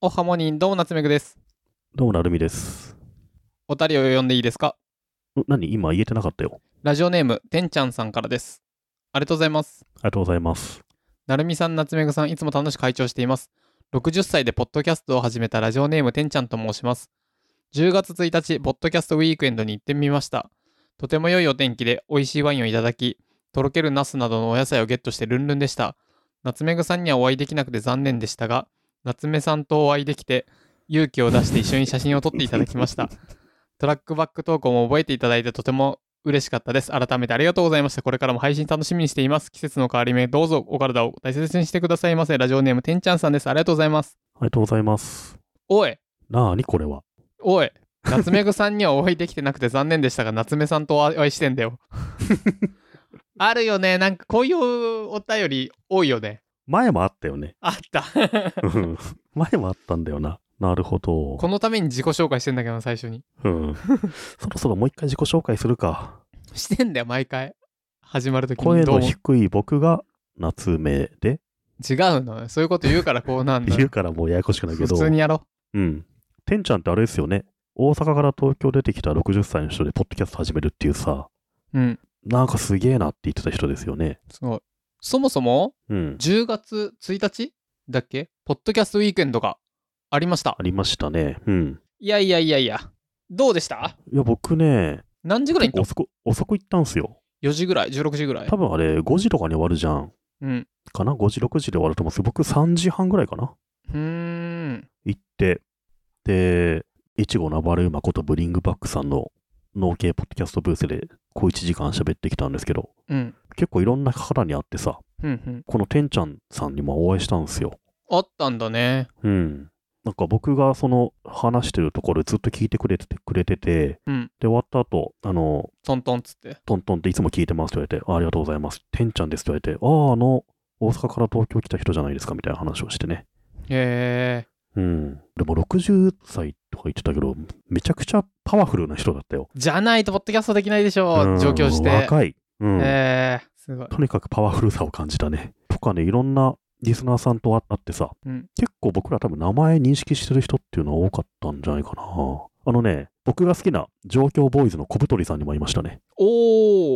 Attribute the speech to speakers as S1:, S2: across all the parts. S1: おはモニンどうも夏目ぐです。
S2: どうもなるみです。
S1: おたりを呼んでいいですか
S2: ん何今言えてなかったよ。
S1: ラジオネーム、てんちゃんさんからです。ありがとうございます。
S2: ありがとうございます。
S1: なるみさん、夏目ぐさん、いつも楽しく会長しています。60歳でポッドキャストを始めたラジオネーム、てんちゃんと申します。10月1日、ポッドキャストウィークエンドに行ってみました。とても良いお天気で、美味しいワインをいただき、とろけるナスなどのお野菜をゲットしてルンルンでした。夏目ぐさんにはお会いできなくて残念でしたが、夏目さんとお会いできて、勇気を出して一緒に写真を撮っていただきました。トラックバック投稿も覚えていただいてとても嬉しかったです。改めてありがとうございました。これからも配信楽しみにしています。季節の変わり目、どうぞお体を大切にしてくださいませ。ラジオネーム、てんちゃんさんです。ありがとうございます。
S2: ありがとうございます。
S1: おい、
S2: なーにこれは。
S1: おい、夏目ぐさんにはお会いできてなくて残念でしたが、夏目さんとお会いしてん だよ。あるよね。なんかこういうお便り多いよね。
S2: 前もあった よね。
S1: あ った。
S2: うん前もあったんだよな。なるほど。
S1: このために自己紹介してんだけどな、最初に。
S2: うん、そろそろもう一回自己紹介するか。
S1: してんだよ、毎回。始まるとき
S2: 声
S1: にど
S2: の
S1: うも。
S2: 低い僕が夏目で、
S1: 違うのよ。そういうこと言うからこうなんだ
S2: 言う
S1: よ。
S2: からもうややこしくないけ
S1: 普
S2: ど。
S1: 通にやろう。
S2: うん。てんちゃんってあれですよね。大阪から東京出てきた60歳の人でポッドキャスト始めるっていうさ、
S1: うん、
S2: なんかすげえなって言ってた人ですよね。
S1: すごい。そもそも
S2: うん。
S1: 10月1日だっけポッドキャストウィークエンドがありました
S2: あ。りましたね。うん。
S1: いやいやいやいや。どうでした
S2: いや、僕ね、
S1: 何時ぐらいに行っ
S2: 遅く、遅く行ったんすよ。
S1: た ?4 時ぐらい ?16 時ぐらい
S2: 多分あれ、5時とかに終わるじゃん。
S1: うん。
S2: かな ?5 時、6時で終わると思うんですけど、僕3時半ぐらいかな
S1: うーん。
S2: 行って、で、いちごなばれ馬ことブリングバックさんの農系ポッドキャストブースで、こう1時間喋ってきたんですけど、
S1: うん。
S2: 結構いろんな方に会ってさ、
S1: うんうん。
S2: このてんちゃんさんにもお会いしたんですよ。
S1: あったんだね。
S2: うん。なんか僕がその話してるところでずっと聞いてくれててくれてて、
S1: うん
S2: で終わった後、あの、
S1: トントンっつって。
S2: トントンっていつも聞いてますって言われて、あありがとうございます。てんちゃんですって言われて、ああ、あの、大阪から東京来た人じゃないですかみたいな話をしてね。
S1: へえ。
S2: うん。でも60歳とか言ってたけど、めちゃくちゃパワフルな人だったよ。
S1: じゃないとポッドキャストできないでしょ
S2: うん
S1: 上京して。
S2: 若い。うん。
S1: へえ。すごい。
S2: とにかくパワフルさを感じたね。とかね、いろんなリスナーさんと会ってさ、
S1: うん
S2: 結構僕ら多分名前認識してる人っていうのは多かったんじゃないかな。あのね、僕が好きな上京ボーイズの小太りさんにも会いましたね。
S1: お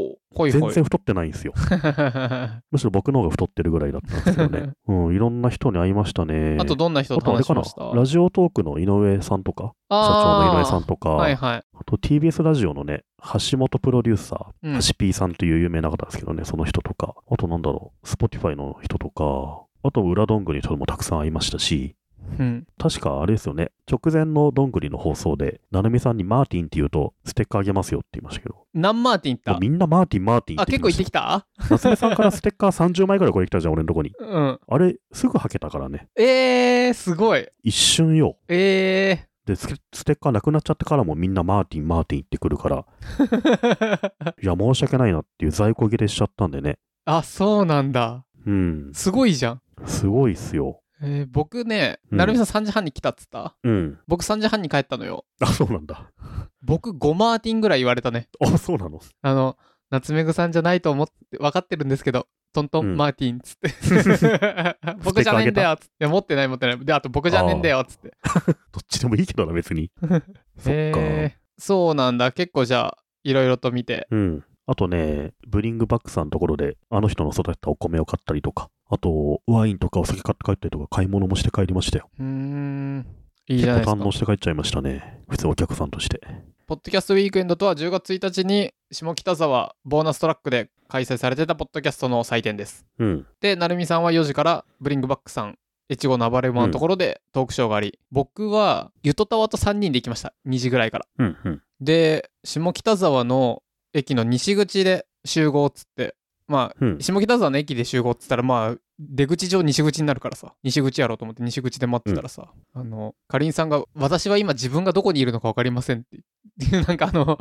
S1: ー。ほい
S2: 全
S1: ほい。
S2: 然太ってないんですよ。
S1: あ
S2: むしろ僕の方が太ってるぐらいだったんですけど ね。うん、いろんな人に会いましたね。
S1: とどんな人
S2: あ
S1: と
S2: とあれ
S1: 話し
S2: か
S1: ま
S2: な
S1: した
S2: ラジオトークの井上さんとか、社長の井上さんとか、
S1: はいはい。
S2: あと TBS ラジオのね、橋本プロデューサ
S1: う
S2: ー、
S1: ん
S2: 橋 P さんという有名な方ですけどね、その人とか、あとなんだろう、Spotify の人とか、あと裏どんぐりの人もたくさん会いましたし、
S1: うん。
S2: 確かあれですよね、直前のどんぐりの放送で、なるみさんにマーティンって言うと、ステッカーあげますよって言いましたけど、
S1: 何マーティン行
S2: もう
S1: っ
S2: みんなマーティン、マーティン
S1: たあ、
S2: って言
S1: 結構行って
S2: き
S1: きた
S2: た。夏目さんからステッカー30枚ぐらいこれ来たじゃん、俺のとこに。
S1: うん。
S2: あれ、すぐ履けたからね、
S1: えー、すごい。
S2: 一瞬よ。
S1: え
S2: で、スケステッカーなくなっちゃってからもみんなマーティン、マーティンってくるから、
S1: ー。
S2: いや、申し訳ないなっていう在庫切れしちゃったんでね。
S1: あ、そうなんだ。
S2: うん。
S1: すごいじゃん。
S2: すごいっすよ。
S1: えー僕ね、
S2: うん
S1: なるみさん3時半に来たっつった
S2: うん。
S1: 僕3時半に帰ったのよ。
S2: あ、そうなんだ。
S1: 僕5マーティンぐらい言われたね。
S2: あ、そうなの。
S1: あの、夏目ぐさんじゃないと思って、分かってるんですけど、トントン、
S2: うん
S1: マーティンっつって。 僕じゃねえんだよっつって。いや、持ってない持ってない。で、あと僕じゃねえんだよっつって。
S2: どっちでもいいけどな、別に。そっか。
S1: えー、そうなんだ。結構じゃあ、いろいろと見て。
S2: うん。あとね、ブリングバックさんのところで、あの人の育てたお米を買ったりとか、あと、ワインとかお酒買って帰ったりとか、買い物もして帰りましたよ。
S1: うーん。いいじ
S2: 結
S1: ゃないです
S2: 構
S1: か
S2: 堪。能して帰っちゃいましたね。普通お客さんとして。
S1: ポッドキャストウィークエンドとは10月1日に下北沢ボーナストラックで開催されてたポッドキャストの祭典です。
S2: うん。
S1: で、なるみさんは4時からブリングバックさん、越後の暴れ馬のところでトークショーがあり、僕はゆとたわと3人で行きました。2時ぐらいから。
S2: うん、うん。
S1: で、下北沢の駅の西口で集合っつって、まあ、
S2: うん。
S1: 下北沢の駅で集合っつったら、まあ、出口上西口になるからさ、西口やろうと思って西口で待ってたらさ、あの、かりんさんが、私は今自分がどこにいるのか分かりませんって いう、なんかあの、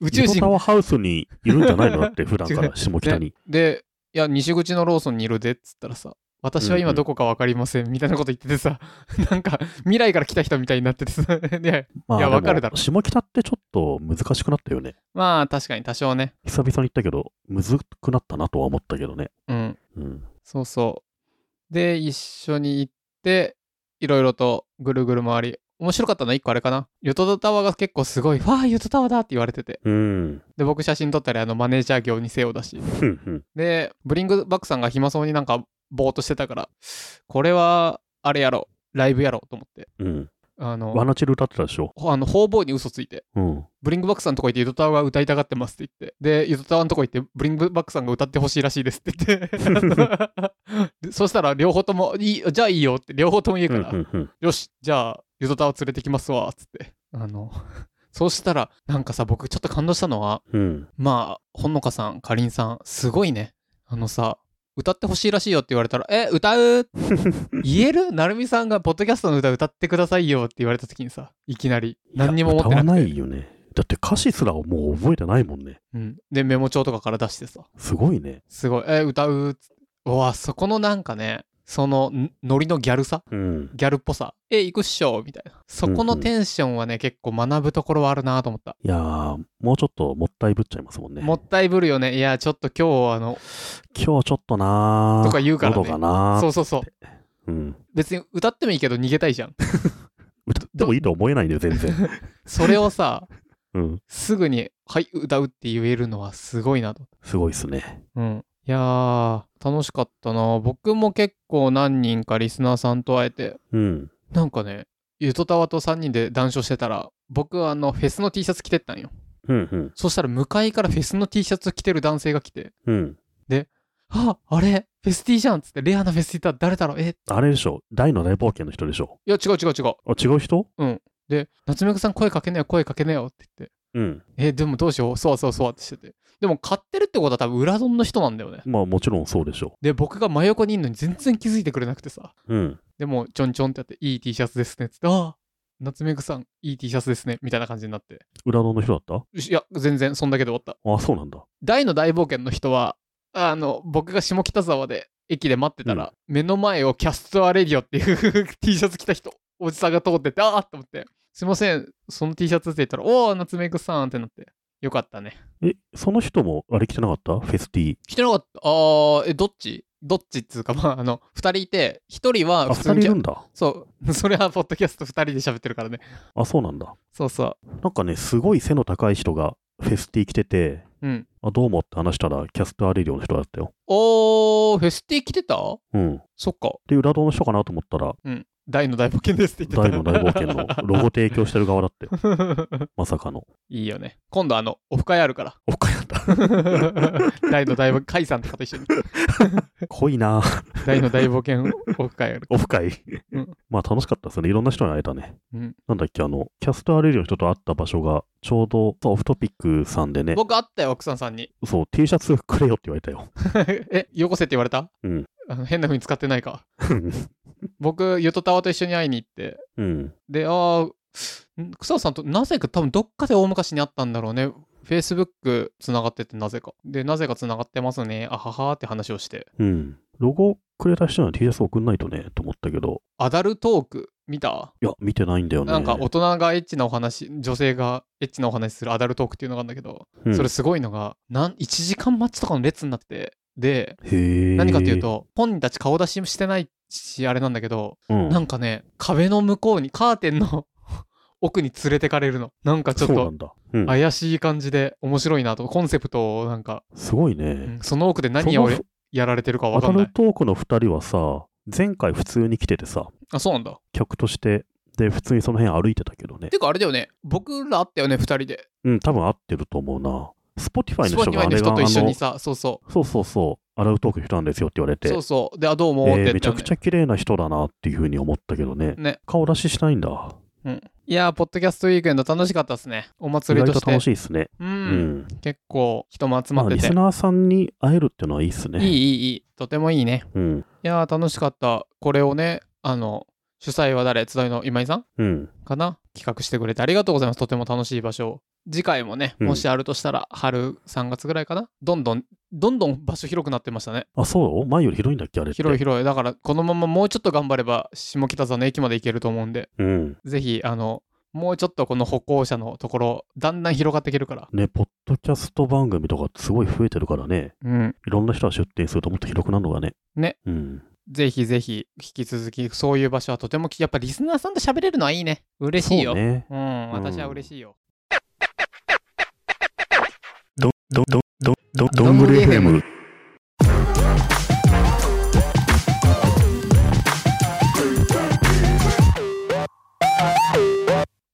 S1: 宇宙
S2: ユト
S1: 人
S2: タワーハウスにいるんじゃないのだって、普段 か
S1: 違う
S2: ら下北に。
S1: で、いや、西口のローソンにいるでっつったらさ、私は今どこか分かりませんみたいなこと言っててさ、なんか未来から来た人みたいになっててさ、 で、
S2: ま
S1: いや
S2: でも
S1: わかるだろ
S2: 下北ってちょっと難しくなったよね。
S1: まあ確かに多少ね、
S2: 久々に行ったけど、むずくなったなとは思ったけどね。
S1: うん、
S2: うん。
S1: そうそう。で、一緒に行って、いろいろとぐるぐる回り、面白かったのは1個あれかな。ヨトタワーが結構すごい、わあ、ヨトタワーだって言われてて。
S2: うん。
S1: で、僕写真撮ったり、あの、マネージャー業にせよだし。
S2: ふんふん。
S1: で、ブリングバックさんが暇そうになんかぼーっとしてたから、これは、あれやろ、ライブやろと思って。
S2: うん。
S1: あの、
S2: ワナチル歌ってたでしょ。
S1: ほあの方々に嘘ついて、
S2: うん。
S1: ブリングバックさんのとこ行って、ゆとたわが歌いたがってますって言って、で、ゆとたわのとこ行って、ブリングバックさんが歌ってほしいらしいですって言って、 でそしたら両方とも、いいじゃあいいよって、両方とも言う
S2: う
S1: か
S2: ん
S1: ら、
S2: うんうん。
S1: よし、じゃあ、ゆとたわ連れてきますわ、つって。あの、 そうしたら、なんかさ、僕ちょっと感動したのは、
S2: うん。
S1: まあ、ほのかさん、かりんさん、すごいね。あのさ、歌ってほしいらしいよって言われたら、え、歌う 言えるなるみさんが、ポッドキャストの歌歌ってくださいよって言われた時にさ、いきなり、何にも思ってなく
S2: いや歌わ
S1: て
S2: ないよね。だって歌詞すらもう覚えてないもんね。
S1: うん、で、メモ帳とかから出してさ、
S2: すごいね。
S1: すごい、え、歌うっつってうわ、そこのなんかね、その、んノリのギャルさ
S2: うん。
S1: ギャルっぽさ。え、行くっしょみたいな。そこのテンションはね、結構学ぶところはあるなと思った。
S2: いやー、もうちょっともったいぶっちゃいますもんね。
S1: もったいぶるよね。いや、ちょっと今日、あの、
S2: 今日ちょっとなー。
S1: とか言うからね
S2: 喉がなー
S1: そうそうそう。
S2: うん。
S1: 別に歌ってもいいけど逃げたいじゃん。
S2: 歌ってもいいとは思えないんだよ、全然。
S1: それをさ、
S2: うん。
S1: すぐに、はい、歌うって言えるのはすごいなと。
S2: すごいっすね。
S1: うん。いやー、楽しかったな。僕も結構何人かリスナーさんと会えて、
S2: うん。
S1: なんかね、ゆとたわと3人で談笑してたら、僕はあの、フェスの T シャツ着てったんよ。
S2: うんうん。
S1: そしたら向かいからフェスの T シャツ着てる男性が来て、
S2: うん。
S1: あ、あれ、フェス T じゃんっつって、レアなフェス T だ、誰だろうえ、
S2: あれでしょ。大の大冒険の人でしょ。
S1: いや、違う違う違う。
S2: あ、違う人
S1: で、夏目くさん声かけなよ、声かけなよって言って、
S2: うん。
S1: え、でもどうしよう、そわそわそわってしてて。でも買ってるってことは多分裏丼の人なんだよね。
S2: まあもちろんそうでしょ
S1: で、僕が真横にいるのに全然気づいてくれなくてさ。
S2: う。うん。
S1: でも、ちょんちょんってやって、いい T シャツですねっつって、ああ、夏目くさん、いい T シャツですね、みたいな感じになって。
S2: 裏野の人だっ
S1: いや、全然、そんだけで終わった。
S2: たあ、そうなんだ。
S1: 大の大冒険の人はあの僕が下北沢で駅で待ってたら、目の前をキャストアレディオっていう T シャツ着た人おじさんが通っててああと思って「すいませんその T シャツ」って言ったら「おお夏目くさん」ってなってよかったね
S2: え、その人もあれ来てなかったフェスティー。
S1: 着てなかったあーえどっちどっちっつうかまああの2人いて1人は
S2: あ、
S1: 普通
S2: 二人
S1: に
S2: いるんだ。
S1: そう それはポッドキャスト2人で喋ってるからね
S2: あ、そうなんだ。
S1: そうそ
S2: なんかね、すごい背の高い人がフェスティー来てて、
S1: ううん
S2: あ、どうもって話したら、キャストアレリオの人だったよ。
S1: おーフェスティ着てた
S2: うん。
S1: そっか
S2: で、裏戸の人かなと思ったら、
S1: 大の大冒険ですって言って
S2: 大
S1: た
S2: の大冒険のロゴ提供してる側だったよ。 まさかの。
S1: いいよね。今度あの、オフ会ある から。
S2: おっかやった。
S1: 大の大冒険、カイさんとかと一緒に。
S2: 濃いなぁ
S1: 大の大冒険 オフ会ある。
S2: オフ会
S1: うん。
S2: まあ楽しかったですね。いろんな人に会えたね。
S1: うん
S2: なんだっけ、あの、キャストアレリオの人と会った場所が、ちょうどそうオフトピックさんでね、
S1: 僕会ったよ、奥さんさんに。
S2: そう、T シャツくれよって言われたよ。
S1: え、よこせって言われた
S2: うん。
S1: あの変な風に使ってないか。僕、ゆとたわと一緒に会いに行って。
S2: うん。
S1: で、あー、ん草野さんとなぜか多分どっかで大昔に会ったんだろうね。Facebook つながっててなぜか。で、なぜかつながってますね。あははーって話をして。
S2: うん。ロゴくれた人には T シャツ送んないとね、と思ったけど、
S1: アダルトーク見た
S2: いや、見てないんだよね。
S1: なんか大人がエッチなお話、女性がエッチなお話するアダルトークっていうのがあるんだけど、
S2: うん
S1: それすごいのがなん1時間待ちとかの列になっててで
S2: へー
S1: 何かっていう、と本人たち顔出ししてないしあれなんだけど
S2: うん、
S1: なんかね壁の向こうにカーテンの 奥に連れてかれるのなんかちょっ
S2: そうな
S1: と
S2: んだ。うん
S1: 怪しい感じで面白いなとコンセプトをなんか、
S2: すごいうね。
S1: んその奥で何を
S2: その
S1: やられてるかわ
S2: ア
S1: か
S2: ダ
S1: んな
S2: ル
S1: い
S2: トークの2人はさ、前回普通に来ててさ、
S1: あそうなんだ
S2: 客として、で、普通にその辺歩いてたけどね
S1: て。かあれだよね僕らあったよね2人で
S2: うん、多分合ってると思うな。Spotify
S1: ス
S2: の
S1: ポティフ
S2: 人
S1: ァ
S2: が
S1: イ
S2: あ
S1: の
S2: れが
S1: 人
S2: あ
S1: と
S2: の
S1: 一緒にさそうそ
S2: そうそうそう、アダルトークの人なんですよって言われ
S1: う
S2: て、
S1: そうそうであどうもっ
S2: えー
S1: て言っ
S2: めち
S1: た
S2: ゃ
S1: よ
S2: く
S1: ね
S2: ちゃ綺麗な人だなっていうふうに思ったけどね。
S1: ね
S2: 顔出ししないんだ。
S1: いやーポッドキャストウィークエンド楽しかったですねお
S2: 意
S1: 祭りと
S2: 外と
S1: して
S2: 楽しいですね。
S1: う
S2: うんん。
S1: 結構人も集ま
S2: まあ、
S1: って
S2: リ
S1: て、
S2: スナーさんに会えるっていうのはいいですね。
S1: いいいいいいとてもいいね
S2: うん。
S1: いやー楽しかったこれをねあの主催は誰集いの今井さん
S2: うん。
S1: かな企画してくれてありがとうございますとても楽しい場所を次回もね
S2: うん
S1: もしあるとしたら春3月ぐらいかなどんどんどんどん場所広くなってましたね
S2: あ、そう前より広いんだっけあれって。
S1: 広い広いだからこのままもうちょっと頑張れば下北沢の駅まで行けると思うんで
S2: うん。
S1: ぜひあのもうちょっとこの歩行者のところだんだん広がっていけるから
S2: ね、ポッドキャスト番組とかすごい増えてるからね、
S1: うん
S2: いろんな人が出店するともっと広くなるのがね。
S1: ね。
S2: うん。
S1: ぜひぜひ、引き続き、そういう場所はとてもき、やっぱリスナーさんと喋れるのはいいね。嬉しいよ。
S2: そうね。
S1: うん、私は嬉しいよ。
S2: ど、ど、ど、ど、ど、
S1: どんぐり FM。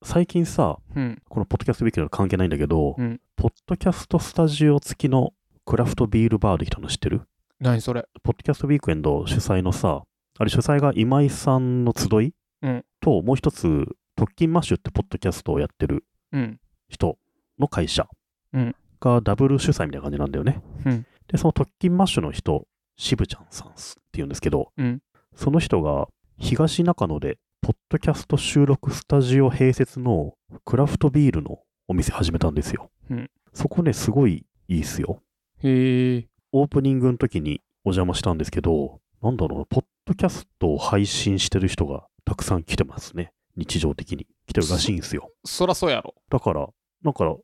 S2: 最近さ、
S1: うん。
S2: このポッドキャストウィークの関係ないんだけど、
S1: うん
S2: ポッドキャストスタジオ付きのクラフトビールバーできたの知ってる
S1: 何それ。
S2: ポッドキャストウィークエンド主催のさ、あれ主催が今井さんの集い、
S1: うん
S2: と、もう一つ、特勤マッシュってポッドキャストをやってる
S1: うん。
S2: 人の会社
S1: うん
S2: がダブル主催みたいな感じなんだよね。
S1: うん
S2: で、その特勤マッシュの人、しぶちゃんさんすっていうんですけど、
S1: うん
S2: その人が東中野で、ポッドキャスト収録スタジオ併設のクラフトビールのお店始めたんですよ。
S1: うん
S2: そこね、すごいいいっすよ。
S1: へえ。
S2: オープニングの時にお邪魔したんですけど、なんだろうな、ポッドキャストを配信してる人がたくさん来てますね。日常的に来てるらしいんですよ。
S1: そらそうやろ。
S2: だから、なんか、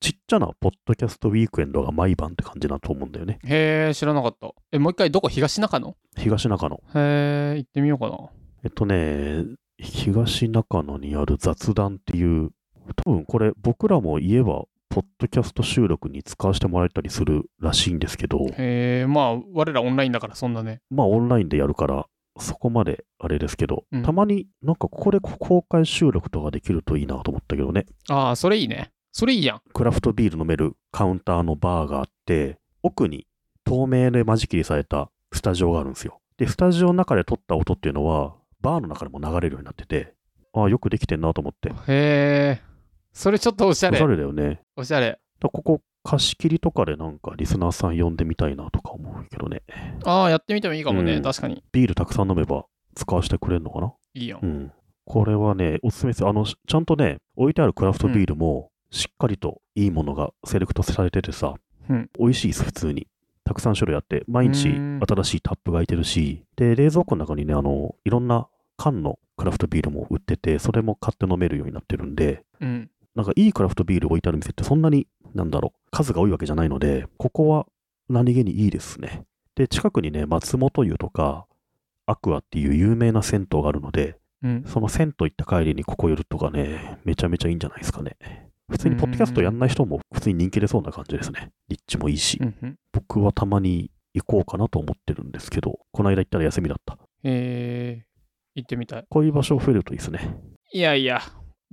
S2: ちっちゃなポッドキャストウィークエンドが毎晩って感じだと思うんだよね。
S1: へえ、知らなかった。え、もう一回どこ東中野
S2: 東中野。
S1: へえ、行ってみようかな。
S2: えっとね、東中野にある雑談っていう、多分これ僕らも言えば、ポッドキャスト収録に使わせてもらえたりするらしいんですけど、
S1: へえ、まあ、我らオンラインだからそんなね。
S2: まあオンラインでやるから、そこまであれですけど、
S1: うん
S2: たまになんかここで公開収録とかできるといいなと思ったけどね、
S1: ああ、それいいね。それいいやん。
S2: クラフトビール飲めるカウンターのバーがあって、奥に透明で間仕切りされたスタジオがあるんですよ。で、スタジオの中で撮った音っていうのは、バーの中でも流れるようになってて、ああ、よくできてんなと思って。
S1: へえ、それちょっとおしゃ
S2: おし
S1: れ
S2: ゃ。れだよね。
S1: おしゃれ。
S2: だここ貸し切りとかでなんかリスナーさん呼んでみたいなとか思うけどね。
S1: ああ、やってみてもいいかもね。
S2: うん
S1: 確かに。
S2: ビールたくさん飲めば使わせてくれるのかない
S1: いやん。
S2: うん。これはね、おすすめですよ。あの、しちゃんとね、置いてあるクラフトビールも、しっかりといいものがセレクトされててさ、
S1: うん
S2: 美味しいです、普通に。たくさん種類あって、毎日
S1: うん
S2: 新しいタップが開いてるし、で、冷蔵庫の中にね、あの、いろんな缶のクラフトビールも売ってて、それも買って飲めるようになってるんで、
S1: うん。
S2: なんかいいクラフトビール置いてある店ってそんなに、なんだろう、数が多いわけじゃないので、ここは何気にいいですね。で、近くにね、松本湯とか、アクアっていう有名な銭湯があるので、
S1: うん。
S2: その銭湯行った帰りにここ寄るとかね、めちゃめちゃいいんじゃないですかね。普通にポッドキャストやんない人も普通に人気出そうな感じですね。立地もいいし
S1: う、んうん。
S2: 僕はたまに行こうかなと思ってるんですけど、この間行ったら休みだった。
S1: へえ、行ってみたい。
S2: こういう場所増えるといいですね。
S1: いやいや、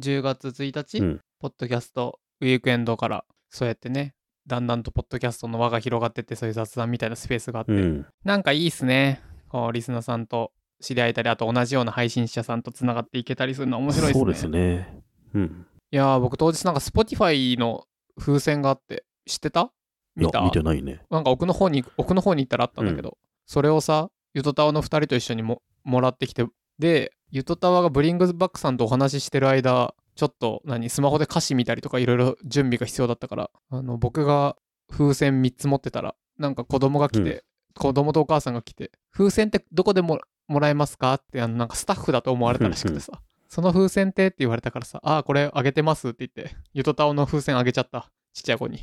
S1: 10月1日、
S2: うん
S1: ポッドキャストウィークエンドから、そうやってね、だんだんとポッドキャストの輪が広がってって、そういう雑談みたいなスペースがあって、
S2: うん。
S1: なんかいいっすね。こう、リスナーさんと知り合えたり、あと同じような配信者さんとつながっていけたりするの面白いっすね。
S2: そうですね。うん。
S1: いやー、僕当日なんか Spotify の風船があって、知ってた
S2: いや
S1: 見た
S2: 見てないね。
S1: なんか奥の方に、奥の方に行ったらあったんだけど、それをさ、ゆとたわの2人と一緒にももらってきて、で、ゆとたわがブリングズバックさんとお話ししてる間、ちょっと何、スマホで歌詞見たりとかいろいろ準備が必要だったから、あの、僕が風船3つ持ってたら、なんか子供が来て、
S2: うん
S1: 子供とお母さんが来て、風船ってどこでももらえますかって、あの、なんかスタッフだと思われたらしくてさ、その風船ってって言われたからさ、ああ、これあげてますって言って、ゆとたわの風船あげちゃった。ちっちゃい子に。
S2: い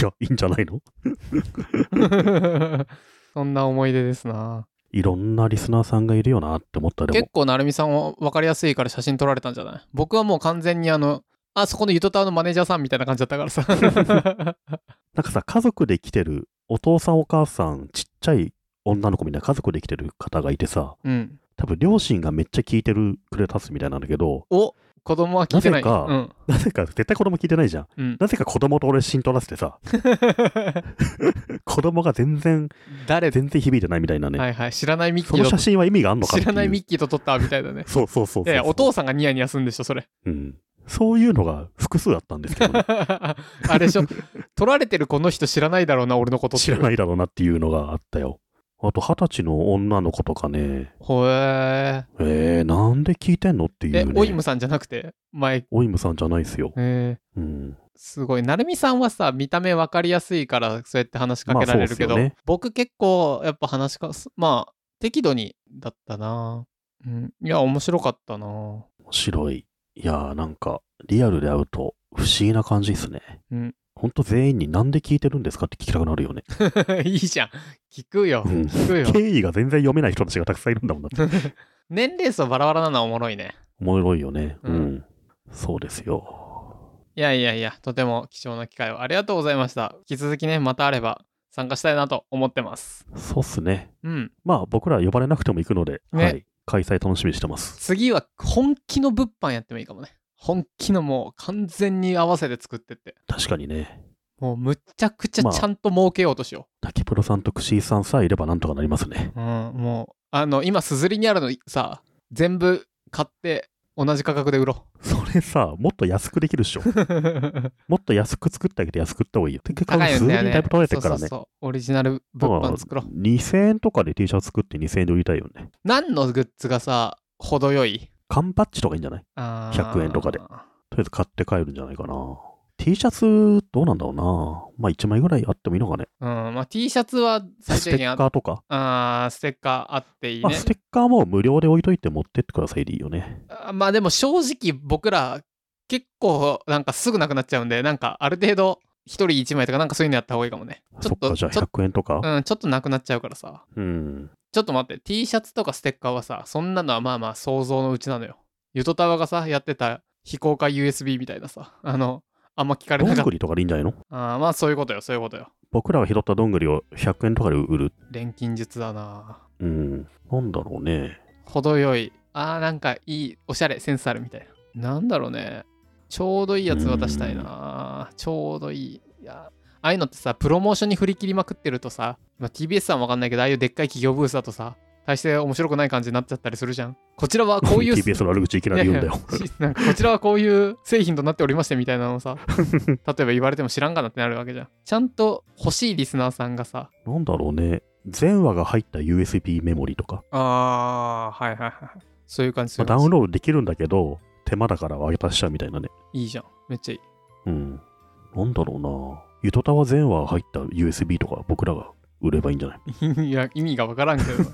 S2: や、いいんじゃないの
S1: そんな思い出ですな。
S2: いろんなリスナーさんがいるよなって思ったで
S1: 結
S2: も。
S1: 構なるみさんは分かりやすいから写真撮られたんじゃない僕はもう完全にあの、あそこのゆとたわのマネージャーさんみたいな感じだったから さ。
S2: なんかさ、家族で来てるお父さんお母さん、ちっちゃい女の子みたいな家族で来てる方がいてさ、
S1: うん。
S2: 多分両親がめっちゃ聞いてるくれたすみたいなんだけど、
S1: お子供は聞いてない。
S2: なぜか
S1: うん。
S2: なぜか絶対子供聞いてないじゃん。
S1: うん、
S2: なぜか子供と俺浸透らせてさ、子供が全然、
S1: 誰
S2: 全然響いてないみたいなね。
S1: はいはい。知らないミッ
S2: そ
S1: キ
S2: の
S1: ー
S2: 写
S1: と
S2: 真は意味があんのかって
S1: 知
S2: う
S1: らないミッキーと撮ったみたいだね。
S2: そうそうそうそう
S1: いやいやお父さんがニヤニヤするんでしょ、それ。
S2: うん。そういうのが複数あったんですけど、ね、
S1: あれでしょ。撮られてるこの人知らないだろうな、俺のことって。
S2: 知らないだろうなっていうのがあったよ。あと、二十歳の女の子とかね、
S1: ほえ
S2: えー、なんで聞いてんのってい
S1: ー。え、
S2: う
S1: オイ
S2: ね
S1: ム。さんじゃなくて、前。
S2: オイムさんじゃないですよ。
S1: えー
S2: うん。
S1: すごい。なるみさんはさ、見た目わかりやすいから、そうやって話しかけられるけど、
S2: まあそうっすよね
S1: 僕結構、やっぱ話しか、すまあ、適度にだったな。うん、いや、面白かったな。
S2: 面白い。いやー、なんか、リアルで会うと不思議な感じですね。
S1: うん
S2: ほんと全員になんで聞いてるんですかって聞きたくなるよね。
S1: いいじゃん。聞くよ。
S2: うん
S1: 聞くよ。
S2: 経緯が全然読めない人たちがたくさんいるんだもんだって。
S1: 年齢層バラバラなのはおもろいね。
S2: おもろいよね。うん。
S1: うん
S2: そうですよ。
S1: いやいやいや、とても貴重な機会をありがとうございました。引き続きね、またあれば参加したいなと思ってます。
S2: そうっすね。
S1: うん。
S2: まあ僕ら呼ばれなくても行くので、
S1: ね
S2: はい。開催楽しみにしてます。
S1: 次は本気の物販やってもいいかもね。本気のもう完全に合わせて作ってって。
S2: 確かにね。
S1: もうむちゃくちゃ
S2: まあ
S1: ちゃんと儲けようとしよ
S2: 滝プロさんと串井さんさえいればなんとかなりますね。
S1: う。うん、もう、あの、今、すずりにあるのさ、全部買って同じ価格で売ろ
S2: それさ、もっと安くできるっしょ。
S1: う。
S2: もっと安く作ってあげて安く売った方がいいよ。結
S1: 高いんだよね。
S2: だいぶ取られてるから
S1: そう
S2: ね。
S1: そうそう。オリジナル物販作ろう。
S2: 2000円とかで T シャツ作って2000円で売りたいよね。
S1: 何のグッズがさ、程よい
S2: 缶バッジとかいいんじゃない
S1: あー
S2: 100円とかでとりあえず買って帰るんじゃないかな。T シャツどうなんだろうな。まあ1枚ぐらいあってもいいのかね。
S1: うん、まあ T シャツは最
S2: ス
S1: 低
S2: テ
S1: 限あ
S2: ッ
S1: っ
S2: カーとか。
S1: あーステッカーあっていい
S2: まあ
S1: ね。
S2: ステッカーも無料で置いといて持ってってくださいでいいよね。
S1: あまあでも正直僕ら結構なんかすぐなくなっちゃうんで、なんかある程度一人一枚とかなんかそういうのやった方がいいかもね。ちょ
S2: そ
S1: っ
S2: っか、
S1: と、ち
S2: じ
S1: ょ
S2: ゃあ
S1: っと、
S2: 100円とか。
S1: うん、ちょっとなくなっちゃうからさ。
S2: うん。
S1: ちょっと待って、T シャツとかステッカーはさ、そんなのはまあまあ想像のうちなのよ。ゆとたわがさ、やってた非公開 USB みたいなさ、あの、あんま聞かれ
S2: ど
S1: なんかっ
S2: ぐりとかでいいんじゃないの
S1: た。あーまあそういうことよ、そういうことよ。
S2: 僕らが拾ったどんぐりを100円とかで売る。
S1: 錬金術だな
S2: うん。なんだろうね。
S1: 程よいあーなんかいいおしゃれセンスあるみたいななんだろうねちょうどいいやつ渡したいなちょうどいいいやああいうのってさプロモーションに振り切りまくってるとさ、まあ、TBS さんはわかんないけどああいうでっかい企業ブースだとさ大して面白くない感じになっちゃったりするじゃんこちらはこうい う
S2: TBS の悪口いきなり言うんだよ。
S1: いやいやしなんかこちらはこういう製品となっておりましてみたいなのを さ例えば言われても知らんがなってなるわけじゃんちゃんと欲しいリスナーさんがさ
S2: なんだろうね。全話が入った USB メモリとか。
S1: あーはいはいはいそういう感じす
S2: まあ
S1: る
S2: ダウンロードできるんだけど、手間だから上げ足しちゃうみたいなね。
S1: いいじゃんめっちゃいい
S2: うん。なんだろうな。ゆとたわ全話入った USB とか僕らが売ればいいんじゃ ない
S1: いや意味がわからんけ どな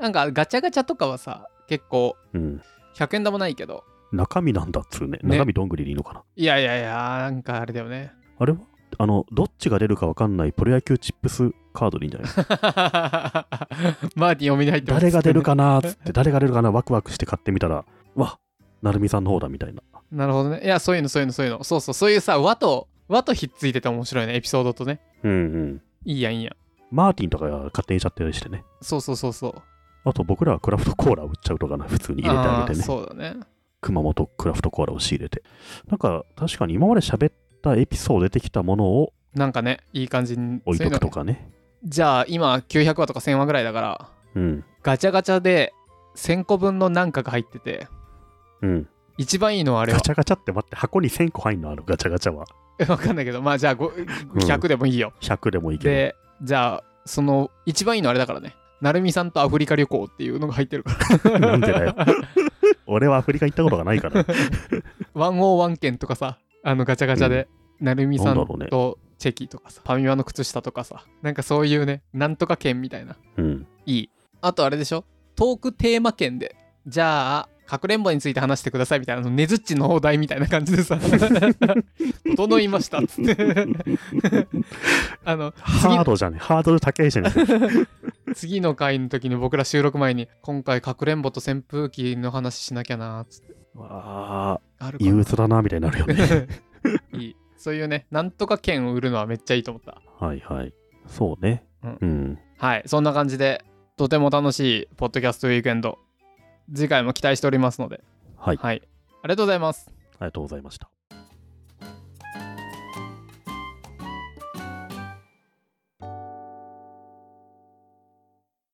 S1: なんかガチャガチャとかはさ結構
S2: うん。
S1: 100円玉ないけど
S2: 中身なんだっつうね。
S1: ね
S2: 中身どんぐりでいいのかな。
S1: いやいやいやなんかあれだよね
S2: あれはあの、どっちが出るかわかんないプロ野球チップスカードでいいんじゃない
S1: マーティン読みに入ってます
S2: 誰が出るかなーっ つって、誰が出るかなワクワクして買ってみたら、わなるみさんの方だみたいな。
S1: なるほどねいやそういうのそういうのそういうのそうそうそういうさ和と和とひっついてて面白いねエピソードとね
S2: うんうん。
S1: いいやんいいやん
S2: マーティンとかが勝手にしちゃってたりしてね。
S1: そうそうそうそう
S2: あと僕らはクラフトコーラを売っちゃうとかな、普通に入れてあげて
S1: ー
S2: ね。
S1: そうだね
S2: 熊本クラフトコーラを仕入れて。なんか、確かに今まで喋ったエピソード出てきたものを
S1: なんかねいい感じに
S2: 置い
S1: そ
S2: とくと
S1: ういうの
S2: かね。
S1: じゃあ今900話とか1000話ぐらいだから
S2: うん。
S1: ガチャガチャで1000個分のなんかが入ってて
S2: うん。
S1: 一番いいのはあれは
S2: ガチャガチャって待って、箱に1000個入んのあのガチャガチャは。
S1: わかんないけど、まあじゃあ5 100でもいいよ。
S2: 100でもいいけ
S1: で、じゃあ、その一番いいのあれだからね。なるみさんとアフリカ旅行っていうのが入ってるから。
S2: ど。 なんでだよ。俺はアフリカ行ったことがな いから。
S1: 101件とかさ、あのガチャガチャで、なるみさ
S2: なん
S1: ん
S2: だろうね
S1: とチェキとかさ、ファミマの靴下とかさ、なんかそういうね、なんとか券みたいな。
S2: うん。
S1: いい。あとあれでしょトークテーマ券で、じゃあ、かくれんぼについて話してくださいみたいな、あのねずっちのお題みたいな感じでさ、 整いましたっつって。 あの、
S2: ハードじゃねハードル高いじゃね
S1: 次の回の時に僕ら収録前に今回かくれんぼと扇風機の話しなきゃなーっつって
S2: わあ、
S1: あるか
S2: 憂鬱だな、みたいになるよね。
S1: な いいそういうねなんとか券を売るのはめっちゃいいと思った
S2: はいはい。そうね。
S1: うん
S2: うん。
S1: はいそんな感じでとても楽しいポッドキャストウィークエンド次回も期待しておりますので
S2: はい。あり
S1: はいありがとうございます
S2: がとうございました。